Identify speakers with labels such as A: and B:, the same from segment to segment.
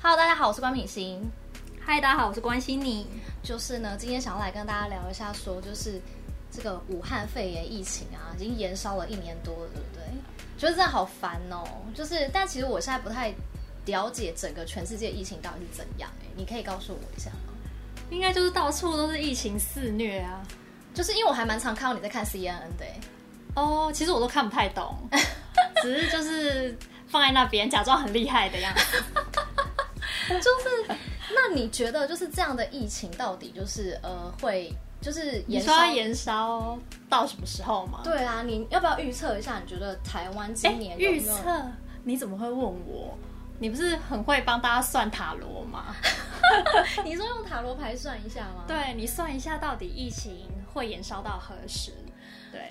A: Hello，大家好，我是关品欣。
B: 嗨，大家好，我是关心你。
A: 就是呢，今天想要来跟大家聊一下说，就是这个武汉肺炎疫情啊，已经延烧了一年多了，对不对？觉得真的好烦哦。就是，但其实我现在不太了解整个全世界疫情到底是怎样、哎，你可以告诉我一下吗？
B: 应该就是到处都是疫情肆虐啊。
A: 就是因为我还蛮常看到你在看 CNN 的、哎
B: 哦，其实我都看不太 懂，只是就是放在那边假装很厉害的样子。
A: 就是那你觉得就是这样的疫情到底就是呃会就是
B: 你
A: 延
B: 说
A: 烧？
B: 要延烧到什么时候吗？
A: 对啊，你要不要预测一下？你觉得台湾
B: 哎，
A: 今年有没有
B: 预测你怎么会问我？你不是很会帮大家算塔罗吗？
A: 你说用塔罗牌算一下吗？，
B: 对你算一下，到底疫情会延烧到何时？对，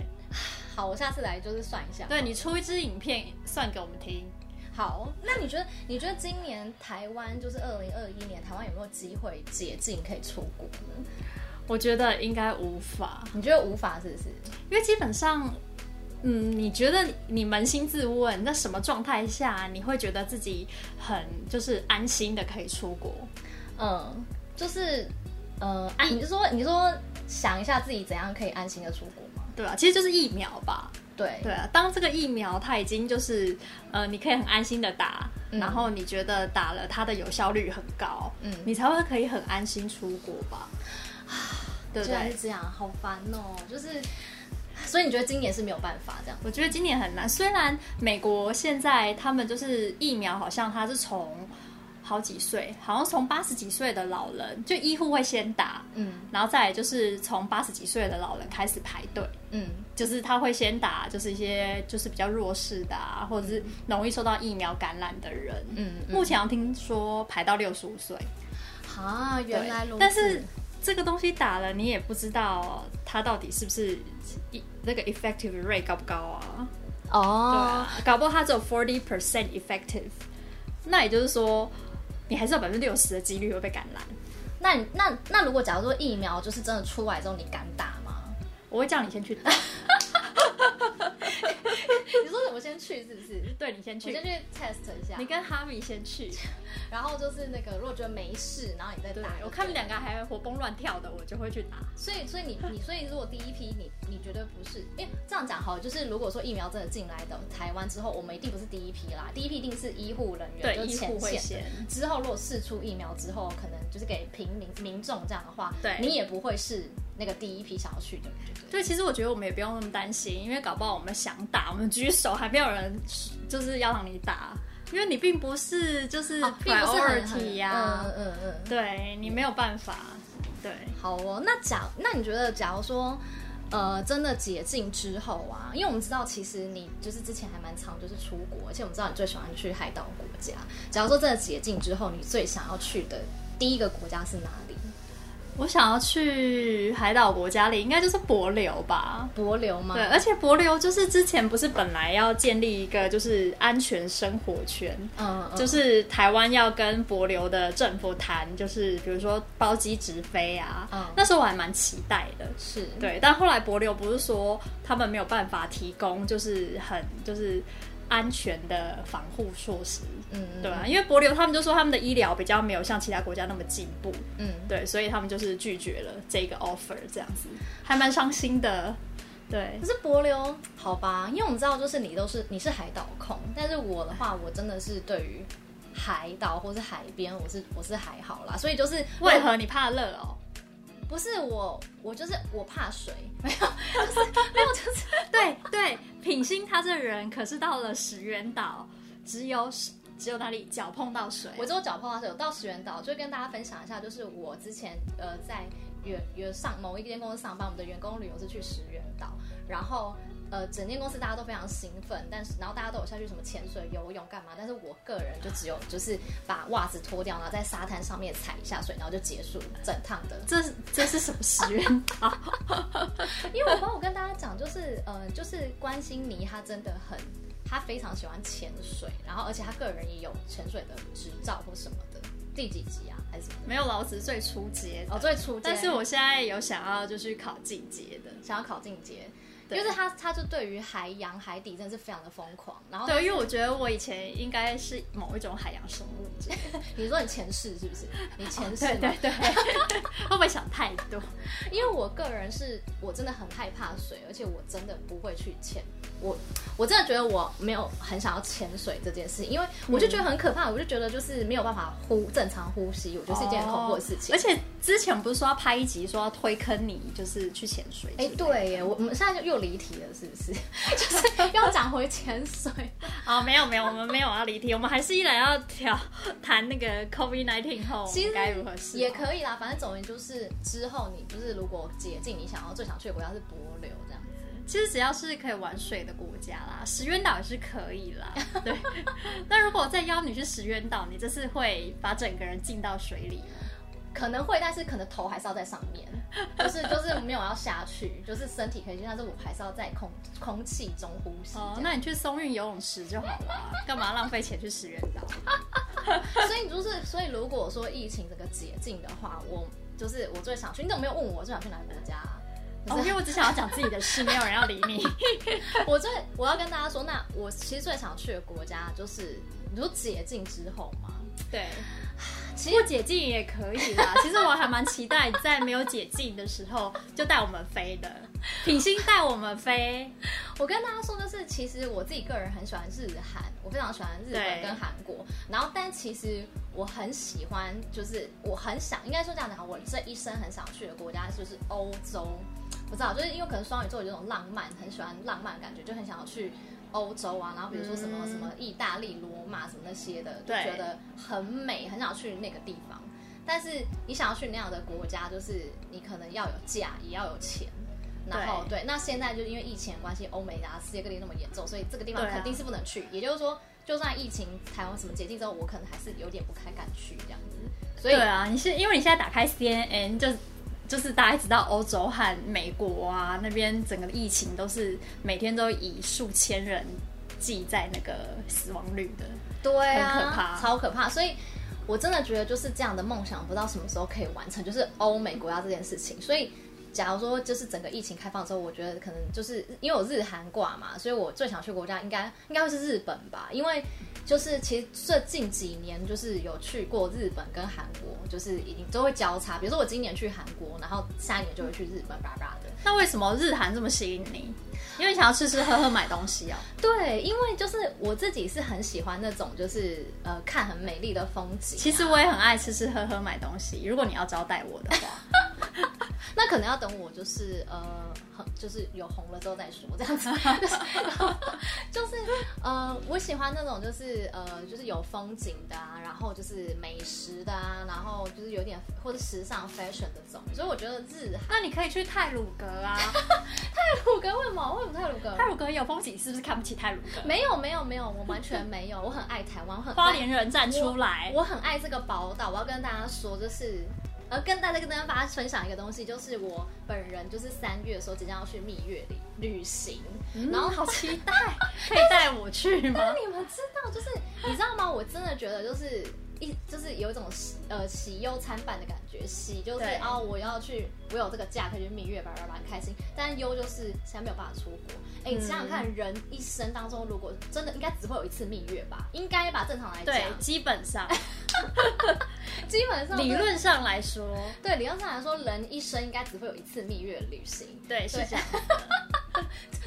A: 好，我下次来就是算一下。
B: 对你出一支影片算给我们听。
A: 好，那你觉得你觉得今年台湾就是二零二一年台湾有没有机会解禁可以出国呢？
B: 我觉得应该无法，
A: 你觉得无法是不是？
B: 因为基本上，嗯，你觉得你扪心自问，在什么状态下你会觉得自己很就是安心的可以出国？
A: 嗯，就是呃，啊，你就说你就说想一下自己怎样可以安心的出国吗？
B: 对啊，其实就是疫苗吧。
A: 对，
B: 对啊，当这个疫苗它已经就是呃，你可以很安心的打，
A: 嗯
B: 然后你觉得打了它的有效率很高，
A: 嗯
B: 你才会可以很安心出国 吧？对不
A: 居然
B: 对
A: 是？这样，好烦哦、就是，所以你觉得今年是没有办法这样？
B: 我觉得今年很难。虽然美国现在他们就是疫苗，好像它是从好几岁，好像从八十几岁的老人，就医护会先打，
A: 嗯
B: 然后再来就是从八十几岁的老人开始排队。
A: 嗯
B: 就是他会先打，就是一些就是比较弱势的啊，或者是容易受到疫苗感染的人。
A: 嗯嗯，
B: 目前好像听说排到六十五岁，
A: 啊，原
B: 对
A: 来如此。
B: 但是这个东西打了，你也不知道它到底是不是一那个 effective rate 高不高啊？对
A: 哦，
B: 啊，搞不好它只有 forty percent effective，那也就是说，你还是有百分之六十的几率会被感染。
A: 那你那那如果假如说疫苗就是真的出来之后，你敢打 吗？
B: 我会叫你先去 打，
A: 你说我先去是不是？
B: 对你先
A: 我先
B: 去，
A: 去 test 一下，
B: 你跟哈米先去。
A: 然后就是那个，如果觉得没事，然后你再
B: 对
A: 打。，
B: 我看你们两个还活蹦乱跳的，我就会去打。
A: 所以所以你你所以如果第一批你你绝对不是，因为这样讲好了，就是如果说疫苗真的进来的台湾之后，我们一定不是第一批啦，第一批一定是医护人员，
B: 对，
A: 就是
B: 医
A: 前
B: 护会
A: 线。
B: 先。
A: 之后如果试出疫苗之后，可能就是给平民民众这样的话，
B: 对
A: 你也不会是那个第一批想要去的，对不对？
B: 对，其实我觉得我们也不用那么担心，因为搞不好我们想打，我们举手还没有人就是要让你打，因为你并不是就是
A: 哦并不是很很
B: priority 呀、
A: 嗯嗯嗯。
B: 对你没有办法，对。
A: 好哦，那假那你觉得，假如说，呃，真的解禁之后啊，因为我们知道，其实你就是之前还蛮常就是出国，而且我们知道你最喜欢去海岛国家。假如说真的解禁之后，你最想要去的第一个国家是哪里？
B: 我想要去海岛国家里，应该就是帛琉吧。
A: 帛琉吗？
B: 对，而且帛琉就是之前不是本来要建立一个就是安全生活圈，
A: 嗯，嗯，
B: 就是台湾要跟帛琉的政府谈，就是比如说包机直飞啊，
A: 嗯
B: 那时候我还蛮期待的。
A: 是，
B: 对，但后来帛琉不是说他们没有办法提供，就是很就是安全的防护措施，
A: 嗯，嗯
B: 对啊，因为帛琉他们就说他们的医疗比较没有像其他国家那么进步，
A: 嗯，
B: 对，所以他们就是拒绝了这个 offer，这样子还蛮伤心的，对
A: 可。是帛琉，好吧，因为我们知道，就是你都是你是海岛控，但是我的话，我真的是对于海岛或是海边，我是我是还好啦，所以就是
B: 为何你怕热哦？
A: 不是我，我就是我怕 水，
B: 对对，品心他这人可是到了石原岛，只有只有哪里脚碰到水，
A: 我只有脚碰到水，我到石原岛就跟大家分享一下，就是我之前呃在员员上某一间公司上班，我们的员工旅游是去石原岛，然后呃整间公司大家都非常兴奋，但是然后大家都有下去什么潜水、游泳干嘛，但是我个人就只有就是把袜子脱掉，然后在沙滩上面踩一下水，然后就结束整趟的
B: 这是这是什么石原 岛？
A: 因为我帮我跟大家讲，就是呃，就是关心你，他真的很，他非常喜欢潜水，然后而且他个人也有潜水的执照或什么的，第几级啊还是什么
B: 没有老子最初阶
A: 的？哦，最初阶，
B: 但是我现在有想要就去考进阶的，
A: 想要考进阶，因
B: 对
A: 为他他就对于海洋海底真的是非常的疯狂。然后
B: 对，因为我觉得我以前应该是某一种海洋生物之类的，
A: 你说你前世是不是？你前世吗、
B: 哦 对对对，会不会想太多？
A: 因为我个人是我真的很害怕水，而且我真的不会去潜。我我真的觉得我没有很想要潜水这件事，因为我就觉得很可怕，我就觉得就是没有办法呼正常呼吸，我觉得是一件很恐怖的事情。
B: 而且之前不是说要拍一集，说要推坑你，就是去潜水。
A: 哎、，对耶，我我们现在就又离题了，是不是？就是要讲回潜水。
B: 哦，没有没有，我们没有要离题，我们还是依然要聊 谈那个 COVID nineteen 后 我
A: 其实
B: 们该如何是
A: 也可以啦，反正总而言之就是之后你就是如果解禁，你想要最想去的国家是帛琉这样子。
B: 其实只要是可以玩水的国家啦，石原岛也是可以 啦。对，那如果我再邀你去石原岛，你这是会把整个人浸到水里吗？
A: 可能会，但是可能头还是要在上面，就是就是没有要下去， 就是身体可以去，但是我还是要在空空气中呼吸这样。
B: 哦，那你去松韵游泳池就好了，干嘛浪费钱去石原岛？
A: 所以就是，所以如果说疫情这个解禁的话，我就是我最想去。你怎么没有问我最想去哪个国家啊、
B: 哦，因为我只想要讲自己的事，没有人要理你。
A: 我最我要跟大家说，那我其实最想去的国家就是，你说解禁之后嘛，
B: 对，
A: 其
B: 不
A: 实
B: 解禁也可以 啦。其实我还蛮期待你在没有解禁的时候就带我们飞的，品心带我们飞。
A: 我跟大家说的是，其实我自己个人很喜欢日韩，我非常喜欢日本
B: 对
A: 跟韩国。然后，但其实我很喜欢，就是我很想，应该说这样讲，我这一生很想去的国家就是欧洲。不知道，就是因为可能双鱼座有一种浪漫，很喜欢浪漫的感觉，就很想要去欧洲啊。然后比如说什么、
B: 嗯
A: 什么意大利、罗马什么那些的，就
B: 对
A: 觉得很美，很想去那个地方。但是你想要去那样的国家，就是你可能要有假，也要有钱。然后对，那现在就是因为疫情的关系，欧美啊世界各地那么严重，所以这个地方
B: 对啊
A: 肯定是不能去。也就是说，就算疫情台湾什么解禁之后，我可能还是有点不太敢去这样子。所以
B: 对啊，你是因为你现在打开 CNN 就。就是大家知道欧洲和美国啊那边整个疫情都是每天都以数千人计在那个死亡率的，
A: 对啊，
B: 很可怕
A: 超可怕。所以我真的觉得就是这样的梦想，不知道什么时候可以完成，就是欧美国家这件事情。所以。假如说就是整个疫情开放之后，我觉得可能就是因为我日韩挂嘛，所以我最想去国家应该应该会是日本吧，因为就是其实这近几年就是有去过日本跟韩国，就是已经都会交叉。比如说我今年去韩国，然后下一年就会去日本，巴拉的。
B: 那为什么日韩这么吸引你？因为你想要吃吃喝喝买东西哦。
A: 对，因为就是我自己是很喜欢那种就是呃看很美丽的风景啊，
B: 其实我也很爱吃吃喝喝买东西，如果你要招待我的话，
A: 那可能要等我就是呃，很就是有红了之后再说这样子， 就是呃，我喜欢那种就是呃，就是有风景的啊，然后就是美食的啊，然后就是有点或者时尚 fashion 这种，所以我觉得日韩
B: 那你可以去泰鲁格啊。
A: 泰鲁格为什么为什么泰鲁格
B: 泰鲁格有风景，是不是看不起泰鲁格？
A: 没有没有没有，我完全没有，我很爱台湾，我很爱
B: 花莲人站出来，
A: 我很爱这个宝岛，我要跟大家说，就是呃，跟大家跟大家大家分享一个东西，就是我本人就是三月的时候即将要去蜜月旅旅行，
B: 嗯
A: 然后
B: 好期待，可以带我去吗？
A: 你们知道，就是你知道吗？我真的觉得就是一就是有一种喜呃喜忧参半的感觉，喜就是
B: 对
A: 哦我要去，我有这个假可以去蜜月，叭叭叭很开心，但忧就是现在没有办法出国。哎、你想想
B: 嗯
A: 看，人一生当中如果真的应该只会有一次蜜月吧，应该吧，正常来
B: 对，
A: 讲，
B: 基本上
A: 基本上
B: 理
A: 对。
B: 论上来说，
A: 对理论上来说，人一生应该只会有一次蜜月旅行，
B: 对是
A: 对
B: 这样。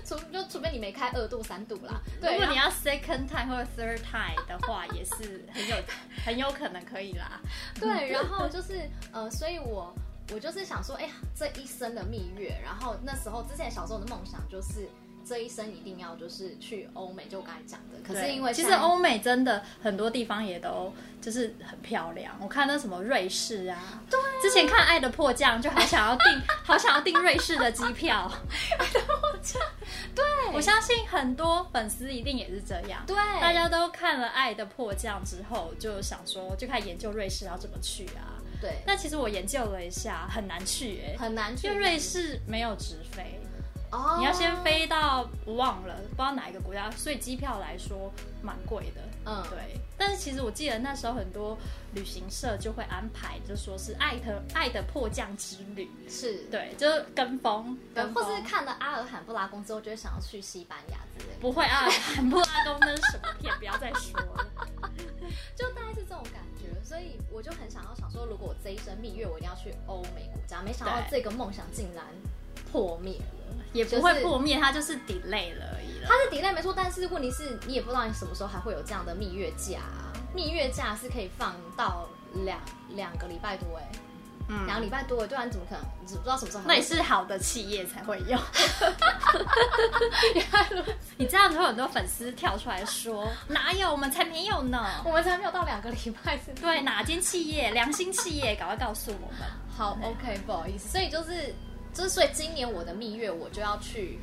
A: 除就除非你没开二度三度啦。对，
B: 如果
A: 然后
B: 你要 second time 或者 third time 的话，也是很有很有可能可以啦。
A: 对，然后就是呃，所以我我就是想说，哎、呀，这一生的蜜月，然后那时候之前小时候的梦想就是这一生一定要就是去欧美，就我刚才讲的。可是
B: 对
A: 因为
B: 其
A: 现
B: 实
A: 在
B: 欧美真的很多地方也都就是很漂亮，我看那什么瑞士啊，对，之前看《爱的迫降》就好想要 订，好想要订瑞士的机票。对，我相信很多粉丝一定也是这样。
A: 对
B: 大家都看了《爱的迫降》之后，就想说就开始研究瑞士要怎么去啊。
A: 对
B: 但其实我研究了一下，很难去哎、
A: 很难去
B: 因为瑞士没有直飞，
A: 哦，
B: 你要先，飞到我忘了，不知道哪一个国家，所以机票来说蛮贵的。
A: 嗯，
B: 对，但是其实我记得那时候很多旅行社就会安排，就说是爱的爱的迫降之旅，
A: 是，
B: 对，就是跟风，
A: 对，
B: 跟
A: 或
B: 风
A: 是看了阿尔罕布拉宫之后，就会想要去西班牙之类的，
B: 不会啊，很布拉宫那是什么片？不要再说 了。
A: 就大概是这种感觉。所以我就很想要想说，如果我这一生蜜月，我一定要去欧美国家。没想到
B: 对
A: 这个梦想竟然破灭了，
B: 也不会
A: 就是
B: 破灭，它就是 delay 了而已了。
A: 它是 delay 没错，但是问题是你也不知道你什么时候还会有这样的蜜月假啊、蜜月假是可以放到两两个礼拜多哎、两个
B: 嗯，
A: 礼拜多哎，对啊，你怎么可能？你不知道什么时候还
B: 那
A: 会？
B: 也是好的企业才会用。
A: 原来如此
B: 你这样子会有很多粉丝跳出来说，哪有，我们才没有呢。
A: 我们才没有到两个礼拜是吗？
B: 对，哪间企业，良心企业，赶快告诉我们。
A: 好，OK，不好意思，所以就是就是，所以今年我的蜜月我就要去，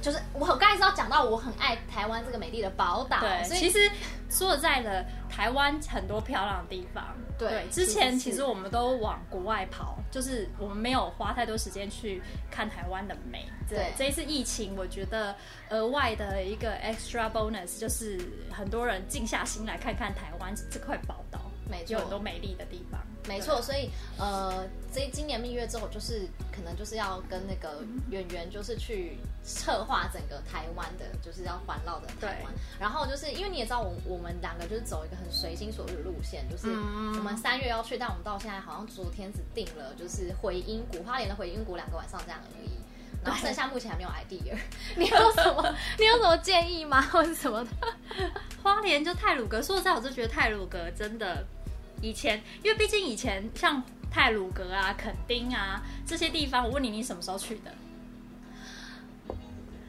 A: 就是我刚才是要讲到我很爱台湾这个美丽的宝岛，
B: 对，
A: 所以
B: 其实说实在的，台湾很多漂亮的地方。
A: 对
B: 之前
A: 是是
B: 其实我们都往国外跑，就是我们没有花太多时间去看台湾的美。
A: 对
B: 这一次疫情，我觉得额外的一个 extra bonus 就是很多人静下心来看看台湾这块宝岛，
A: 没错
B: 有很多美丽的地方。
A: 没错，所以呃，这今年蜜月之后，就是可能就是要跟那个演员，就是去策划整个台湾的，就是要环绕的台湾。然后就是因为你也知道我，我们两个就是走一个很随心所欲的路线，就是
B: 嗯
A: 我们三月要去，但我们到现在好像昨天只定了，就是回英国，花莲的回英国两个晚上这样而已。然后剩下目前还没有 idea，你 有什么你有什么建议吗，或者什 么的？
B: 花莲就泰鲁阁，说实在，我就觉得泰鲁阁真的，以前因为毕竟以前像泰鲁阁啊、垦丁啊这些地方，我问你你什么时候去的？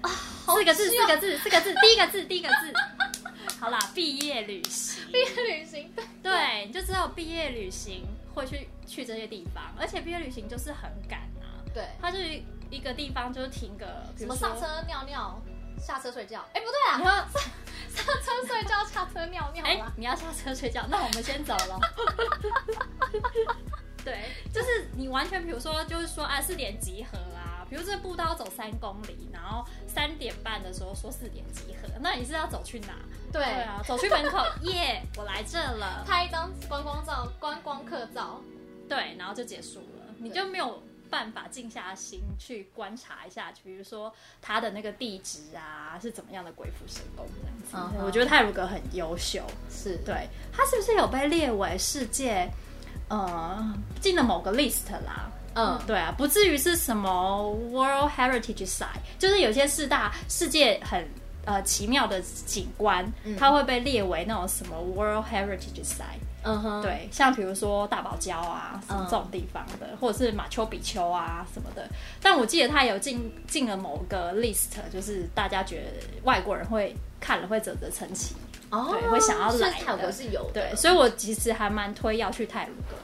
B: 啊，四个字，四个字，四个字，第一个字，第一个字。 好啦，毕业旅行，
A: 毕业旅行对
B: 对，你就知道毕业旅行会去去这些地方，而且毕业旅行就是很赶啊，
A: 对，
B: 它就是一个地方就是停个，比
A: 什
B: 如
A: 么
B: 说
A: 上车尿尿，下车睡觉？哎，不对啊
B: 你，要
A: 上车睡觉，下车尿尿啊
B: 哎、
A: 啦。
B: 你要下车睡觉，那我们先走 了。对，就是你完全，比如说，就是说啊，四点集合啊，比如这步道走三公里，然后三点半的时候说四点集合，那你是要走去哪？
A: 对，
B: 啊，走去门口， 耶，我来这了。
A: 拍一张观光照、观光客照。
B: 对，然后就结束了，你就没有办法静下心去观察一下，比如说它的那个地址啊是怎么样的鬼斧神工这样子。
A: 嗯哼
B: 我觉得泰鲁格很优秀。
A: 是，
B: 对，它是不是有被列为世界呃进了某个 list 啦？
A: 嗯，
B: 对啊，不至于是什么 World Heritage Site，就是有些四大世界很呃奇妙的景观，
A: 嗯
B: 它会被列为那种什么 World Heritage Site。
A: 嗯哼，
B: 对，像比如说大堡礁啊，什么
A: 嗯
B: 这种地方的，或者是马丘比丘啊什么的。但我记得它有进进了某个 list，就是大家觉得外国人会看了会啧啧称奇。
A: 哦
B: 对会想要
A: 所以
B: 来的
A: 泰国是有的。
B: 对，所以我其实还蛮推要去泰鲁阁。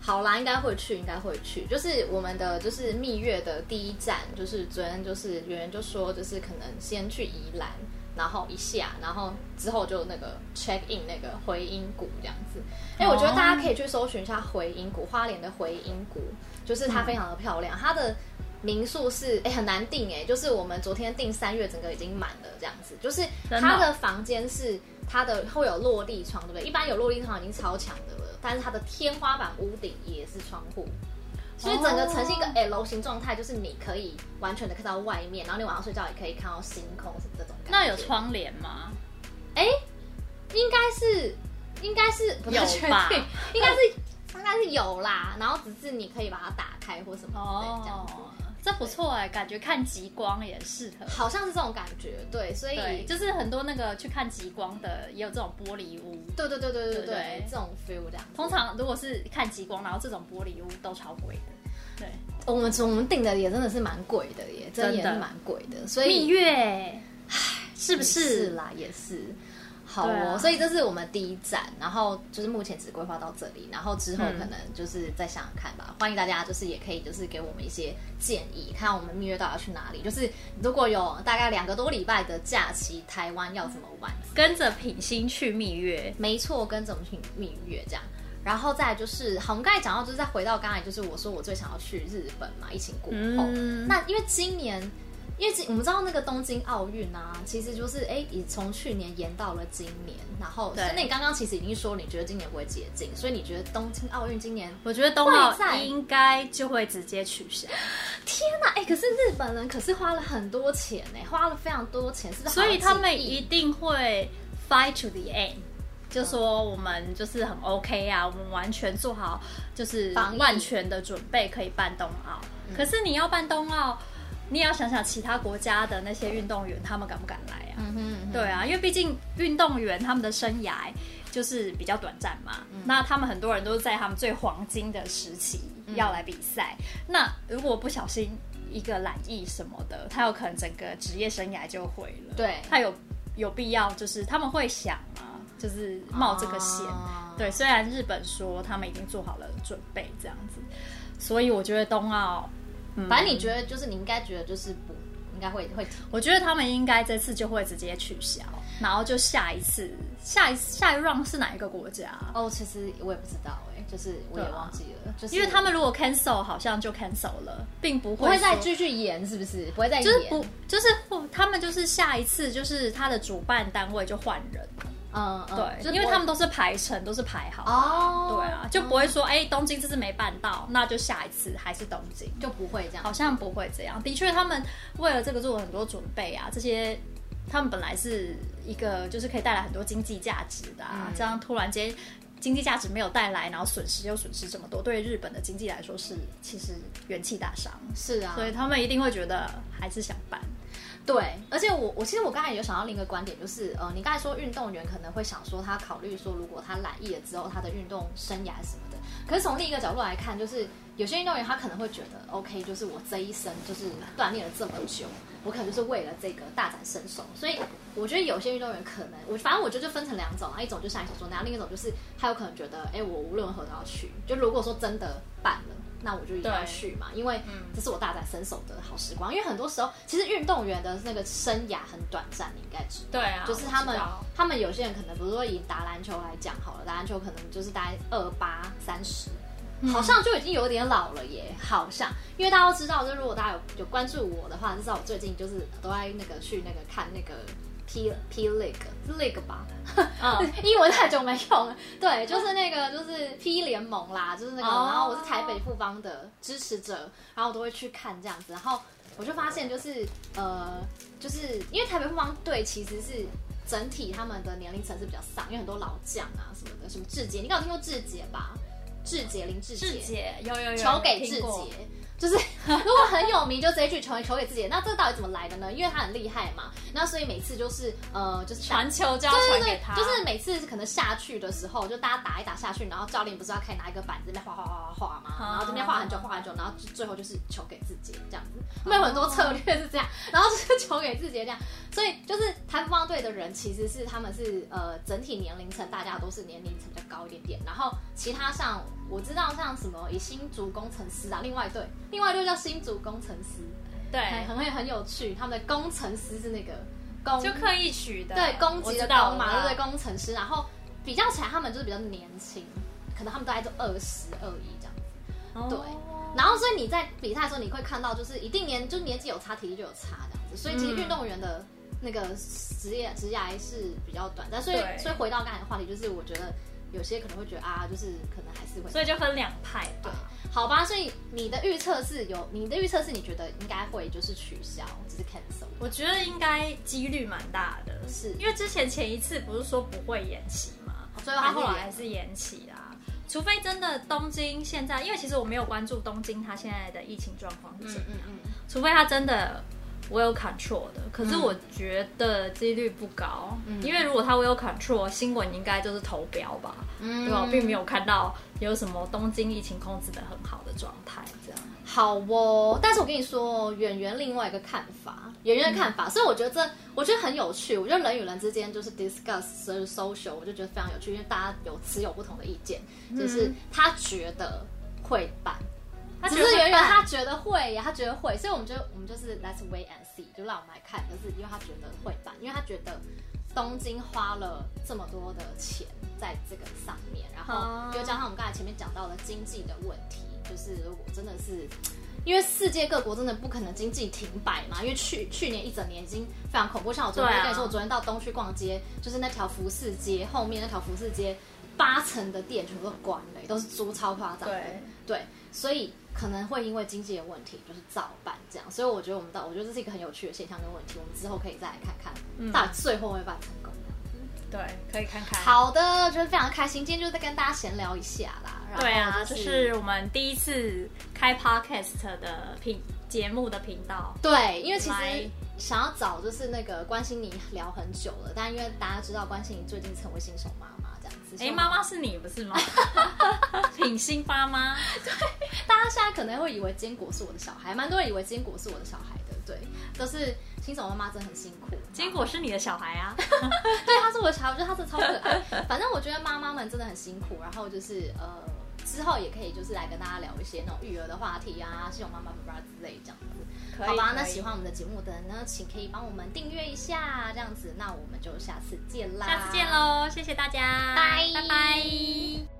A: 好啦，应该会去，应该会去。就是我们的就是蜜月的第一站，就是昨天就是圆圆就说，就是可能先去宜兰，然后一下，然后之后就那个 check in 那个回音谷这样子。哎、我觉得大家可以去搜寻一下回音谷，花莲的回音谷，就是
B: 嗯
A: 它非常的漂亮，它的。民宿是哎、很难订哎、就是我们昨天订三月，整个已经满了这样子。就是
B: 真的
A: 它的房间是它的会有落地窗，对不对？一般有落地窗已经超强的了，但是它的天花板、屋顶也是窗户，所以整个呈现一个
B: 哦
A: L 型状态，就是你可以完全的看到外面，然后你晚上睡觉也可以看到星空，是这种感觉。
B: 那有窗帘吗？
A: 哎、应该是，应该是不太
B: 有
A: 确
B: 吧
A: 定， 应该是应该是有啦。然后只是你可以把它打开或什么之
B: 哦
A: 类的这样子，
B: 这不错哎、感觉看极光也适合。
A: 好像是这种感觉。对，所以
B: 对，就是很多那个去看极光的，也有这种玻璃屋。
A: 对对对对对对
B: 对对
A: 这种 feel 这样子。
B: 通常如果是看极光，然后这种玻璃屋都超贵的。对，
A: 我们我们订的也真的是蛮贵的耶，真的也
B: 真
A: 是
B: 的
A: 蛮贵的，所以
B: 蜜月，唉，是不
A: 也
B: 是？
A: 啦？也是。好
B: 对
A: 哦，
B: 啊
A: 所以这是我们第一站，然后就是目前只规划到这里，然后之后可能就是再想想看吧。欢迎大家就是也可以就是给我们一些建议，看我们蜜月到底要去哪里。就是如果有大概两个多礼拜的假期，台湾要怎么玩？
B: 跟着品心去蜜月，
A: 没错，跟着我们去蜜月这样。然后再来就是，好，我们刚才讲到，就是再回到刚才，就是我说我最想要去日本嘛，疫情过后，
B: 嗯
A: 那因为今年因为其我们知道那个东京奥运啊，其实就是哎，已从去年延到了今年，然后
B: 对
A: 那你刚刚其实已经说你觉得今年不会解禁，所以你觉得东京奥运今年
B: 我觉得冬奥
A: 外在
B: 应该就会直接取消，
A: 天哪
B: 嗯
A: 哎，可是日本人可是花了很多钱呢，花了非常多钱，是不是好
B: 所
A: 几亿？
B: 以他们一定会 fight to the end，就说我们就是很 OK 啊，我们完全做好就是
A: 防疫嗯
B: 万全的准备，可以办冬奥。可是你要办冬奥，你也要想想其他国家的那些运动员，他们敢不敢来啊？
A: 嗯哼嗯哼
B: 对啊，因为毕竟运动员他们的生涯就是比较短暂嘛，
A: 嗯
B: 那他们很多人都是在他们最黄金的时期
A: 嗯
B: 要来比赛。那如果不小心一个懒意什么的，他有可能整个职业生涯就毁了。
A: 对
B: 他有有必要就是他们会想嘛，就是冒这个险。
A: 啊
B: 对，虽然日本说他们已经做好了准备这样子，所以我觉得冬奥，嗯
A: 反正你觉得就是你应该觉得就是不应该会会停
B: 我觉得他们应该这次就会直接取消，然后就下一次，下一次下一 round 是哪一个国家？
A: 哦，其实我也不知道哎，就是我也
B: 对啊
A: 忘记了，就是
B: 因为他们如果 cancel 好像就 cancel 了，并不
A: 不
B: 会
A: 会再
B: 说
A: 继续演，是不是？不会再
B: 就是
A: 演，
B: 不就是不他们就是下一次就是他的主办单位就换人，
A: 嗯，嗯
B: 对，
A: 就是
B: 因为
A: 不会
B: 他们都是排程都是排好的啊，
A: 哦
B: 对啊，就不会说哎、东京这次没办到，那就下一次还是东京。
A: 就不会这样，
B: 好像不会这样。的确，他们为了这个做了很多准备啊，这些他们本来是一个就是可以带来很多经济价值的啊，
A: 嗯
B: 这样突然间经济价值没有带来，然后损失又损失这么多，对日本的经济来说是其实元气大伤，
A: 是啊，
B: 所以他们一定会觉得还是想办。
A: 对，而且我我其实我刚才有想到另一个观点，就是呃，你刚才说运动员可能会想说他考虑说，如果他懒意了之后，他的运动生涯什么的。可是从另一个角度来看，就是有些运动员他可能会觉得，OK，就是我这一生就是锻炼了这么久，我可能就是为了这个大展身手。所以我觉得有些运动员可能，我反正我觉得就分成两种啊，一种就像你所说那样，另一种就是他有可能觉得，哎，我无论如何都要去。就如果说真的办了。那我就一定要
B: 对
A: 去嘛，因为
B: 嗯
A: 这是我大展身手的好时光。因为很多时候，其实运动员的那个生涯很短暂，你应该知道。
B: 对啊
A: 就是他们，他们有些人可能，比如说以打篮球来讲好了，打篮球可能就是大概二八三十，
B: 嗯
A: 好像就已经有点老了耶，好像。因为大家都知道，就如果大家有有关注我的话，就知道我最近就是都在那个去那个看那个 P P League 是 League 吧，
B: 嗯，
A: 英文太久没用了。对，就是那个就是 P 联盟啦，就是那个，
B: 哦
A: 然后我是台北富邦的支持者，然后我都会去看这样子，然后我就发现就是呃，就是因为台北富邦队其实是。整体他们的年龄层是比较上，因为很多老将啊什么的，什么志杰，你刚有听过志杰吧？志杰林志
B: 志姐有有有
A: 求给志
B: 听过
A: 杰，就是如果很有名，就直接去求求给志杰。那这到底怎么来的呢？因为他很厉害嘛，那所以每次就是呃，就是打
B: 传球就要
A: 对对
B: 传给
A: 对
B: 他，，
A: 就是每次可能下去的时候，就大家打一打下去，然后教练不是要开拿一个板子在那边画画画画画嘛，
B: 嗯
A: 然后这边画很久画很久，然后就最后就是球给自己
B: 哦
A: 这样子，他们有很多策略是这样，然后就是球给自己这样，所以就是台风棒队的人其实是他们是呃整体年龄层大家都是年龄层比较高一点点，然后其他像我知道像什么以新竹工程师啊，另外一队另外一队叫新竹工程师，哎
B: 对，
A: 很很很有趣，他们的工程师是那个工
B: 就刻意取的，
A: 对攻
B: 我
A: 击
B: 知
A: 的
B: 道
A: 攻嘛，
B: 我
A: 对
B: 知
A: 不
B: 道
A: 对？工程师，然后比较起来，他们就是比较年轻，可能他们大概都二十二一这样子。对
B: 哦
A: 然后，所以你在比赛的时候，你会看到就是一定年，就是年纪有差，体力就有差这样子。所以其实
B: 嗯
A: 运动员的那个职业职涯是比较短暂。所以
B: 对
A: 所以回到刚才的话题，就是我觉得有些可能会觉得啊，就是可能还是会
B: 所以就分两派吧，
A: 对，好吧。所以你的预测是有，你的预测是你觉得应该会就是取消，就是 cancel。
B: 我觉得应该几率蛮大的，
A: 是
B: 因为之前前一次不是说不会延期嘛，
A: 最后还是
B: 他后来
A: 延
B: 还是延期啦。除非真的东京现在，因为其实我没有关注东京它现在的疫情状况是怎么样，
A: 嗯，
B: 除非它真的 will control 的，可是我觉得几率不高，因为如果它 will control，新闻应该就是投标吧，
A: 嗯
B: 对吧？我啊并没有看到有什么东京疫情控制的很好的状态，这样。
A: 好哦，但是我跟你说，演员另外一个看法，演员的看法，所以我觉得这我觉得很有趣。我觉得人与人之间就是 discuss 就是 social，我就觉得非常有趣，因为大家有持有不同的意见，就是他觉得会办，
B: 他
A: 只是圆圆他觉得会呀，他觉得会，所以我们就我们就是 let's wait and see，就让我们来看，就是因为他觉得会办，因为他觉得东京花了这么多的钱在这个上面，然后
B: 哦
A: 又加上我们刚才前面讲到的经济的问题，就是如果真的是。因因为世界各国真的不可能经济停摆嘛，因为去去年一整年已经非常恐怖。像我昨天、
B: 对啊
A: 跟你说，我昨天到东区逛街，就是那条服饰街后面那条服饰街，八成的店全部都关了，都是租超夸张的。
B: 对
A: 对，所以可能会因为经济的问题，就是照办这样。所以我觉得我们到，我觉得这是一个很有趣的现象跟问题，我们之后可以再来看看，
B: 嗯
A: 到底最后会不会成功这样。
B: 对，可以看看。，
A: 好的，就是非常开心，今天就是在跟大家闲聊一下啦。然后
B: 对啊，
A: 就
B: 就是是我们第一次开 podcast 的频节目的频道，
A: 对，因为其
B: 来
A: 实想要找就是那个关心你聊很久了，但因为大家知道关心你最近成为新手妈妈这样子，所以
B: 哎，
A: 我
B: 妈妈是你不 是吗？品心妈妈，
A: 大家现在可能会以为坚果是我的小孩，蛮多人以为坚果是我的小孩的，对，都是新手妈妈真的很辛苦，
B: 坚果是你的小孩啊。
A: 对，他是我的小孩，我觉得他真的超可爱。反正我觉得妈妈们真的很辛苦，然后就是呃，之后也可以就是来跟大家聊一些那种育儿的话题啊，新手妈妈爸爸之类这样子。
B: 可以
A: 好吧，那
B: 可以
A: 喜欢我们的节目的人呢，请可以帮我们订阅一下，这样子，那我们就下次见啦，
B: 下次见。喽，谢谢大家，
A: 拜
B: 拜拜。